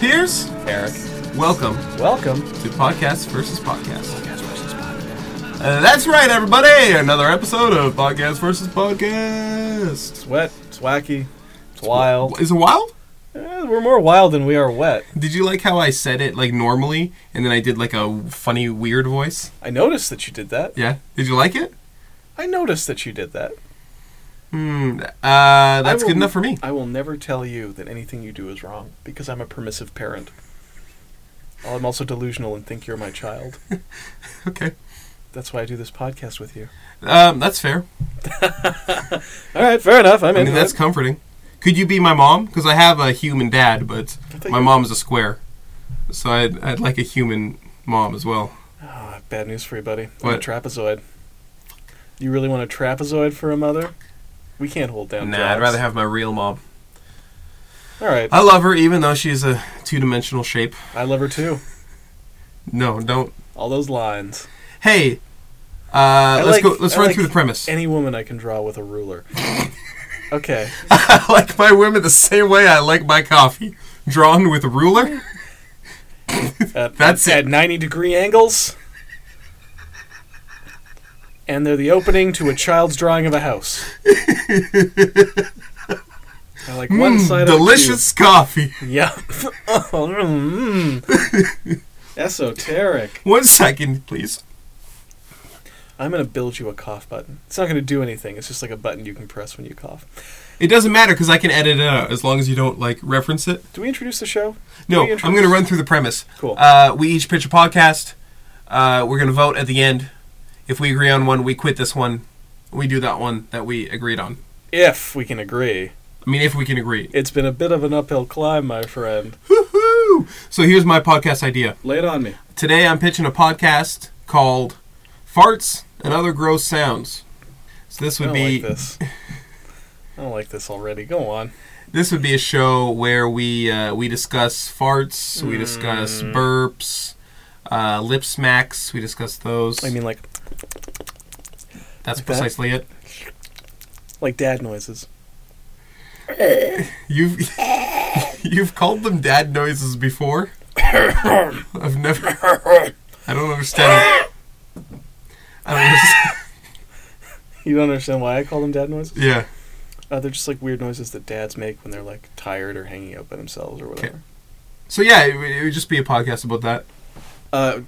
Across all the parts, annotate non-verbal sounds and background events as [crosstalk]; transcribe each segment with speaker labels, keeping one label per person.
Speaker 1: Piers,
Speaker 2: Eric.
Speaker 1: welcome
Speaker 2: Welcome.
Speaker 1: to Podcast versus Podcast. Uh, that's right, everybody. Another episode of Podcast versus Podcast.
Speaker 2: It's wet. It's wacky. It's wild.
Speaker 1: Is it wild?
Speaker 2: Eh, we're more wild than we are wet.
Speaker 1: Did you like how I said it like normally, and then I did like a funny, weird voice?
Speaker 2: I noticed that you did that.
Speaker 1: Yeah. Did you like it?
Speaker 2: I noticed that you did that.
Speaker 1: Hmm. Uh, that's
Speaker 2: I will-
Speaker 1: good enough for me.
Speaker 2: I will never tell you that anything you do is wrong because I'm a permissive parent. I'm also delusional and think you're my child.
Speaker 1: Okay.
Speaker 2: That's why I do this podcast with you.
Speaker 1: Um, that's fair.
Speaker 2: All right, fair enough. I'm
Speaker 1: I mean, that's comforting. Could you be my mom? Because I have a human dad, but
Speaker 2: thought
Speaker 1: my
Speaker 2: you-
Speaker 1: mom's a square, so I'd, I'd like a human mom as well.
Speaker 2: Ah, bad news for you, buddy. I'm a
Speaker 1: What?
Speaker 2: trapezoid. You really want a trapezoid for a mother? We can't hold down.
Speaker 1: Nah,
Speaker 2: jobs.
Speaker 1: I'd rather have my real mom.
Speaker 2: All right,
Speaker 1: I love her, even though she's a two-dimensional shape.
Speaker 2: I love her too.
Speaker 1: No, don't.
Speaker 2: All those lines.
Speaker 1: Hey, uh, let's
Speaker 2: like-
Speaker 1: go. Let's
Speaker 2: I
Speaker 1: run
Speaker 2: like
Speaker 1: through the premise.
Speaker 2: Any woman I can draw with a ruler. Okay.
Speaker 1: [laughs] I like my women the same way I like my coffee, drawn with
Speaker 2: [laughs]
Speaker 1: ruler.
Speaker 2: At,
Speaker 1: That's
Speaker 2: at 90 degree angles. And they're the opening to a child's drawing of
Speaker 1: [laughs]
Speaker 2: a house. I like one
Speaker 1: Mm,
Speaker 2: side of the
Speaker 1: delicious coffee.
Speaker 2: cube. [laughs] Yeah. [laughs] oh, mm. Esoteric.
Speaker 1: One second, please.
Speaker 2: I'm gonna build you a cough button. It's not gonna do anything. It's just like a button you can press when you cough.
Speaker 1: It doesn't matter because I can edit it out as long as you don't like reference it.
Speaker 2: Do we introduce the show?
Speaker 1: No,
Speaker 2: Can we
Speaker 1: I'm going to
Speaker 2: introduce-
Speaker 1: run through the premise.
Speaker 2: Cool.
Speaker 1: Uh, we each pitch a podcast. Uh, we're going to vote at the end. If we agree on one, we quit this one. We do that one that we agreed on.
Speaker 2: if we can agree.
Speaker 1: I mean, if we can agree.
Speaker 2: It's been a bit of an uphill climb, my friend.
Speaker 1: Woo-hoo! So here's my podcast idea.
Speaker 2: Lay it on me.
Speaker 1: Today I'm pitching a podcast called Farts and Other Gross Sounds. So this
Speaker 2: I
Speaker 1: would
Speaker 2: don't
Speaker 1: be
Speaker 2: like this. I don't like this already. Go on.
Speaker 1: This would be a show where we uh, we discuss farts, we discuss
Speaker 2: Mm.
Speaker 1: burps, uh, lip smacks. We discuss those.
Speaker 2: I mean, like
Speaker 1: That's
Speaker 2: like that?
Speaker 1: precisely it.
Speaker 2: like dad noises. [laughs]
Speaker 1: You've [laughs] you've called them dad noises
Speaker 2: [coughs]
Speaker 1: before. I've never. I don't understand. it. I don't understand. [laughs]
Speaker 2: You don't understand why I call them dad noises?
Speaker 1: Yeah.
Speaker 2: Uh, they're just like weird noises that dads make when they're like tired or hanging out by themselves or whatever.
Speaker 1: So yeah, it, would- it would just be a podcast about that.
Speaker 2: Uh,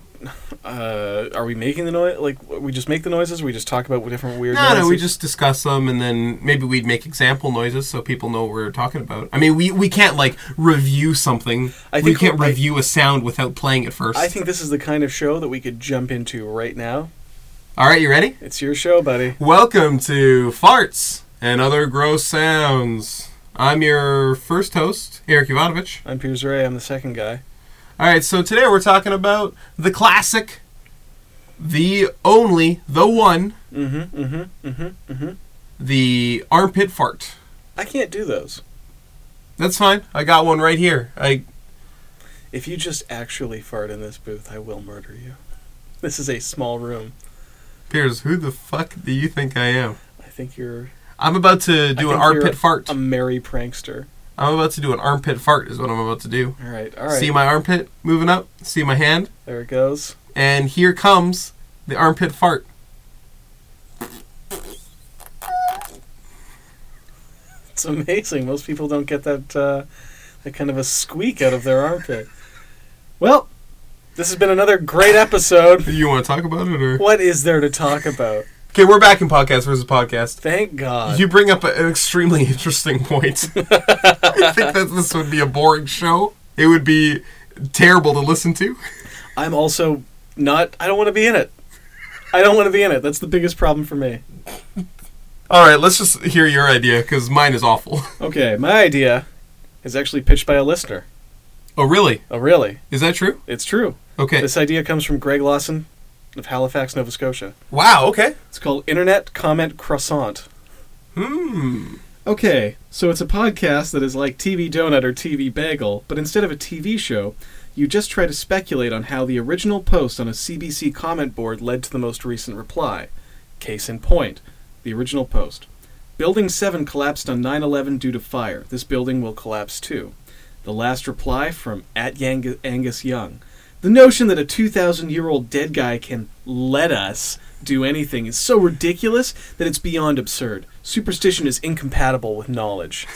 Speaker 2: uh, are we making the noise? Like w- we just make the noises? Or we just talk about what different weird
Speaker 1: No,
Speaker 2: noises?
Speaker 1: no, we just discuss them, and then maybe we'd make example noises so people know what we're talking about. I mean, we, we can't like review something.
Speaker 2: I
Speaker 1: we
Speaker 2: think
Speaker 1: can't
Speaker 2: I-
Speaker 1: review a sound without playing it first.
Speaker 2: I think this is the kind of show that we could jump into right now.
Speaker 1: All right, you ready?
Speaker 2: It's your show, buddy.
Speaker 1: Welcome to farts and other gross sounds. I'm your first host, Eric Ivanovich.
Speaker 2: I'm Piers Ray. I'm the second guy.
Speaker 1: All right, so today we're talking about the classic, the only, the one,
Speaker 2: Mm-hmm. Mm-hmm. Mm-hmm. Mm-hmm.
Speaker 1: the armpit fart.
Speaker 2: I can't do those.
Speaker 1: That's fine. I got one right here. I
Speaker 2: If you just actually fart in this booth, I will murder you. This is a small room.
Speaker 1: Piers, who the fuck do you think I am?
Speaker 2: I think you're
Speaker 1: I'm about to
Speaker 2: I
Speaker 1: do an
Speaker 2: think you're
Speaker 1: armpit fart.
Speaker 2: a merry prankster.
Speaker 1: I'm about to do an armpit fart is what I'm about to do.
Speaker 2: All right, all right.
Speaker 1: See my armpit moving up, see my hand,
Speaker 2: there it goes.
Speaker 1: and here comes the armpit fart.
Speaker 2: It's amazing. Most people don't get that uh, that kind of a squeak out of their armpit. Well, this has been another great episode.
Speaker 1: You want to talk about it or?
Speaker 2: What is there to talk about?
Speaker 1: Okay, we're back in podcast versus podcast.
Speaker 2: Thank God.
Speaker 1: You bring up a- an extremely [laughs] interesting
Speaker 2: [laughs]
Speaker 1: point. I think that this would be a boring show. It would be terrible to listen to.
Speaker 2: I'm also not. I don't want to be in it. I don't want to be in it. That's the biggest problem for me.
Speaker 1: All right, let's just hear your idea because mine is awful. [laughs]
Speaker 2: Okay, my idea is actually pitched by a listener.
Speaker 1: Oh, really?
Speaker 2: Oh, really?
Speaker 1: Is that true?
Speaker 2: It's true.
Speaker 1: Okay.
Speaker 2: [laughs] This idea comes from Greg Lawson of Halifax, Nova Scotia.
Speaker 1: Wow. Okay.
Speaker 2: It's called Internet Comment Croissant.
Speaker 1: Hmm.
Speaker 2: Okay, so it's a podcast that is like TV Donut or TV Bagel, but instead of a TV show, you just try to speculate on how the original post on a CBC comment board led to the most recent reply. Case in point, the original post. Building 7 collapsed on 9 11 due to fire. This building will collapse too. The last reply from at Yang- Angus Young. The notion that a 2,000 year old dead guy can let us do anything is so ridiculous that it's beyond absurd. Superstition is incompatible with knowledge.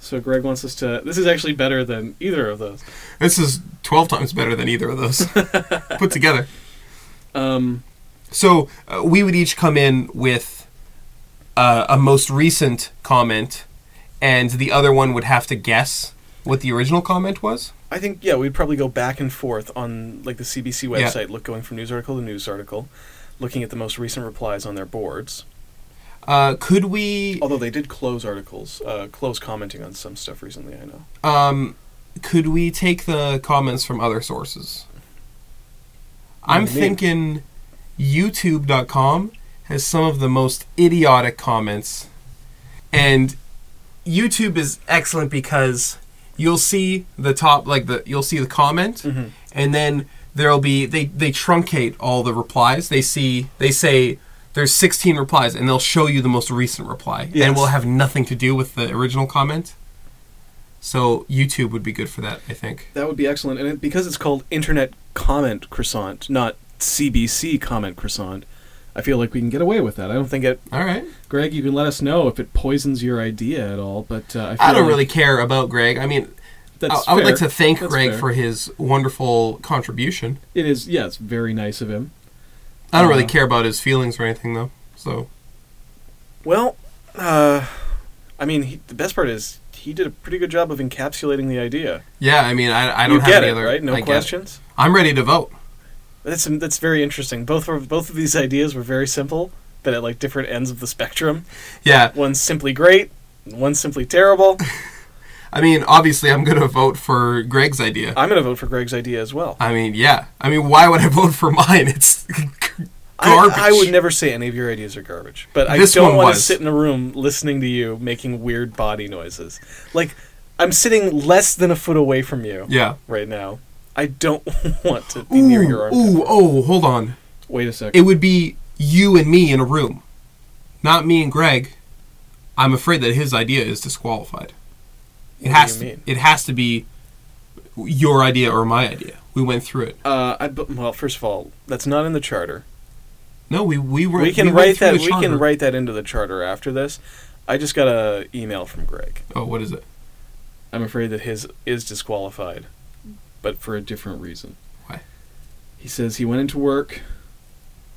Speaker 2: so Greg wants us to. This is actually better than either of those.
Speaker 1: This is 12 times better than either of those [laughs] put together.
Speaker 2: Um,
Speaker 1: So uh, we would each come in with uh, a most recent comment, and the other one would have to guess what the original comment was.
Speaker 2: I think yeah, we'd probably go back and forth on like the CBC
Speaker 1: Yeah.
Speaker 2: website, look going from news article to news article, looking at the most recent replies on their boards.
Speaker 1: Uh, could we
Speaker 2: Although they did close articles, uh, close commenting on some stuff recently. I know.
Speaker 1: um, could we take the comments from other sources?
Speaker 2: What
Speaker 1: I'm
Speaker 2: do you mean?
Speaker 1: thinking YouTube.com has some of the most idiotic comments, and YouTube is excellent because you'll see the top like the you'll see the comment,
Speaker 2: Mm-hmm.
Speaker 1: and then there'll be they they truncate all the replies. They see they say there's 16 replies, and they'll show you the most recent reply,
Speaker 2: Yes.
Speaker 1: and will have nothing to do with the original comment. So YouTube would be good for that, I think.
Speaker 2: That would be excellent, and it, because it's called Internet Comment Croissant, not CBC Comment Croissant, I feel like we can get away with that. I don't think it.
Speaker 1: All right.
Speaker 2: Greg, you can let us know if it poisons your idea at all, but uh, I, feel
Speaker 1: I don't
Speaker 2: like
Speaker 1: really care about Greg. I mean, I,
Speaker 2: That's
Speaker 1: I would like
Speaker 2: fair.
Speaker 1: to thank
Speaker 2: That's
Speaker 1: Greg
Speaker 2: fair.
Speaker 1: for his wonderful contribution.
Speaker 2: It is, yeah, it's very nice of him.
Speaker 1: I don't really
Speaker 2: Uh,
Speaker 1: care about his feelings or anything, though. So
Speaker 2: Well, uh, I mean, he, the best part is he did a pretty good job of encapsulating the idea.
Speaker 1: yeah, I mean, I, I don't
Speaker 2: you
Speaker 1: have
Speaker 2: get
Speaker 1: any
Speaker 2: it,
Speaker 1: other
Speaker 2: right? No
Speaker 1: I get it.
Speaker 2: questions.
Speaker 1: I'm ready to vote.
Speaker 2: That's that's very interesting. Both of, both of these ideas were very simple, but at like different ends of the spectrum.
Speaker 1: Yeah,
Speaker 2: One's simply great, one's simply terrible.
Speaker 1: I mean, obviously, I'm gonna vote for Greg's idea.
Speaker 2: I'm gonna vote for Greg's idea as well.
Speaker 1: I mean, yeah. I mean, why would I [laughs] vote for mine? It's [laughs] garbage.
Speaker 2: I, I would never say any of your ideas are garbage, but I
Speaker 1: This
Speaker 2: don't
Speaker 1: one
Speaker 2: want to
Speaker 1: was.
Speaker 2: sit in a room listening to you making weird body noises. Like I'm sitting less than a foot away from you
Speaker 1: Yeah.
Speaker 2: right now. I don't [laughs] want to be near your
Speaker 1: Ooh,
Speaker 2: arm.
Speaker 1: ooh, oh, hold on.
Speaker 2: Wait a second.
Speaker 1: It would be you and me in a room, not me and Greg. I'm afraid that his idea is disqualified. It
Speaker 2: What do
Speaker 1: has
Speaker 2: you
Speaker 1: to.
Speaker 2: mean?
Speaker 1: It has to be your idea or my idea. We went through it.
Speaker 2: Uh, I, bu- well, first of all, that's not in the charter.
Speaker 1: No, we we were.
Speaker 2: we can
Speaker 1: went
Speaker 2: write
Speaker 1: through
Speaker 2: that.
Speaker 1: the
Speaker 2: We
Speaker 1: charter.
Speaker 2: can write that into the charter after this. I just got a email from Greg.
Speaker 1: Oh, what is it?
Speaker 2: I'm afraid that his is disqualified, but for a different reason.
Speaker 1: Why?
Speaker 2: He says he went into work,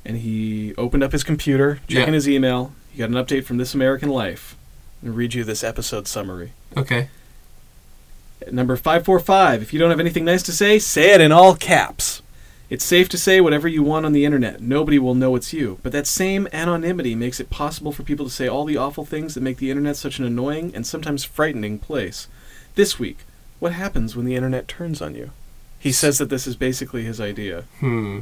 Speaker 2: and he opened up his computer, checking
Speaker 1: Yeah.
Speaker 2: his email. He got an update from This American Life. i read you this episode summary.
Speaker 1: Okay.
Speaker 2: At Number 545. If you don't have anything nice to say, say it in all caps. It's safe to say whatever you want on the internet. Nobody will know it's you. But that same anonymity makes it possible for people to say all the awful things that make the internet such an annoying and sometimes frightening place. This week, what happens when the internet turns on you? He says that this is basically his idea.
Speaker 1: Hmm.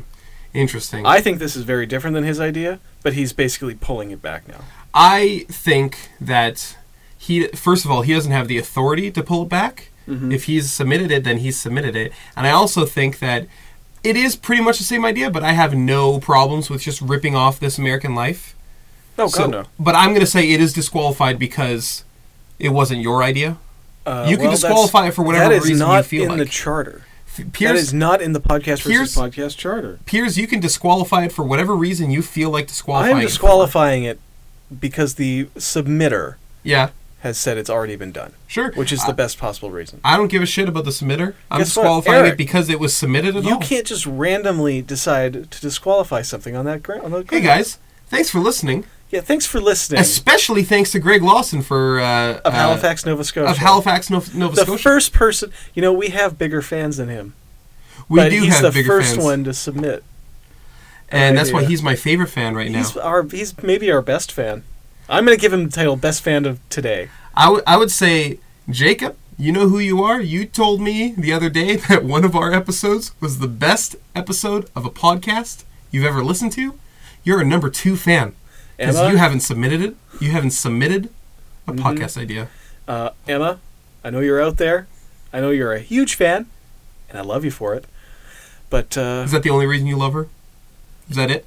Speaker 1: Interesting.
Speaker 2: I think this is very different than his idea, but he's basically pulling it back now.
Speaker 1: I think that he first of all he doesn't have the authority to pull it back.
Speaker 2: Mm-hmm.
Speaker 1: If he's submitted it, then he's submitted it. And I also think that it is pretty much the same idea, but I have no problems with just ripping off this American Life.
Speaker 2: Oh, God,
Speaker 1: So-
Speaker 2: no.
Speaker 1: But I'm going to say it is disqualified because it wasn't your idea.
Speaker 2: Uh,
Speaker 1: you can
Speaker 2: well, that's-
Speaker 1: disqualify it for whatever
Speaker 2: that is
Speaker 1: reason
Speaker 2: not
Speaker 1: you feel
Speaker 2: in
Speaker 1: like.
Speaker 2: the charter.
Speaker 1: F-
Speaker 2: that
Speaker 1: Piers,
Speaker 2: is not in the podcast versus
Speaker 1: Piers-
Speaker 2: podcast charter.
Speaker 1: Piers, you can disqualify it for whatever reason you feel like disqualifying.
Speaker 2: I'm
Speaker 1: it for.
Speaker 2: disqualifying it because the submitter
Speaker 1: Yeah,
Speaker 2: has said it's already been done,
Speaker 1: sure.
Speaker 2: which is the
Speaker 1: I,
Speaker 2: best possible reason.
Speaker 1: I don't give a shit about the submitter. I'm
Speaker 2: Guess what,
Speaker 1: disqualifying
Speaker 2: Eric,
Speaker 1: it because it was submitted at
Speaker 2: You
Speaker 1: all.
Speaker 2: can't just randomly decide to disqualify something on that ground.
Speaker 1: Hey guys, thanks for listening.
Speaker 2: Yeah, thanks for listening.
Speaker 1: Especially thanks to Greg Lawson for uh,
Speaker 2: of
Speaker 1: uh,
Speaker 2: Halifax, Nova Scotia.
Speaker 1: of Halifax, Nova, Nova
Speaker 2: The
Speaker 1: Scotia.
Speaker 2: first person, you know, we have bigger fans than him.
Speaker 1: we
Speaker 2: but
Speaker 1: do
Speaker 2: he's
Speaker 1: have
Speaker 2: the
Speaker 1: bigger
Speaker 2: first
Speaker 1: fans,
Speaker 2: one to submit.
Speaker 1: and that's why
Speaker 2: Yeah.
Speaker 1: he's my favorite fan right now.
Speaker 2: He's our he's maybe our best fan. I'm going to give him the title best fan of today.
Speaker 1: I would I would say Jacob, you know who you are. You told me the other day [laughs] that one of our episodes was the best episode of a podcast you've ever listened to. You're a number two fan because
Speaker 2: Emma?
Speaker 1: you haven't submitted it. You haven't submitted a
Speaker 2: Mm-hmm.
Speaker 1: podcast idea.
Speaker 2: Uh, Emma, I know you're out there. I know you're a huge fan, and I love you for it. But uh,
Speaker 1: Is that the only reason you love her? Is that it?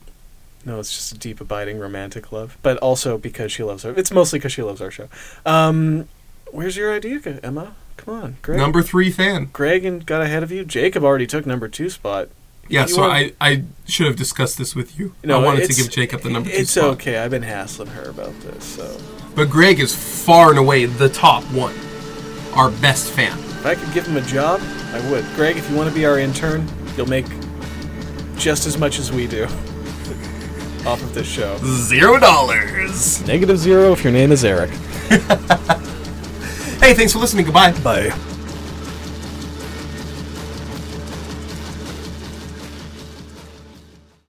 Speaker 2: no, it's just a deep, abiding romantic love. But also because she loves her. It's mostly because she loves our show. Um, Where's your idea, G- Emma? Come on, Greg.
Speaker 1: Number three fan.
Speaker 2: Greg and got ahead of you. Jacob already took number two spot.
Speaker 1: Yeah,
Speaker 2: You
Speaker 1: so
Speaker 2: want-
Speaker 1: I, I should have discussed this with you.
Speaker 2: No,
Speaker 1: I wanted to
Speaker 2: it's-
Speaker 1: give Jacob the number two
Speaker 2: It's
Speaker 1: spot.
Speaker 2: okay. I've been hassling her about this. So
Speaker 1: But Greg is far and away the top one. Our best fan.
Speaker 2: if I could give him a job, I would. Greg, if you want to be our intern, you'll make just as much as we do [laughs] off of this show.
Speaker 1: Zero dollars.
Speaker 2: Negative zero if your name is Eric.
Speaker 1: Hey, thanks for listening. Goodbye.
Speaker 2: Bye.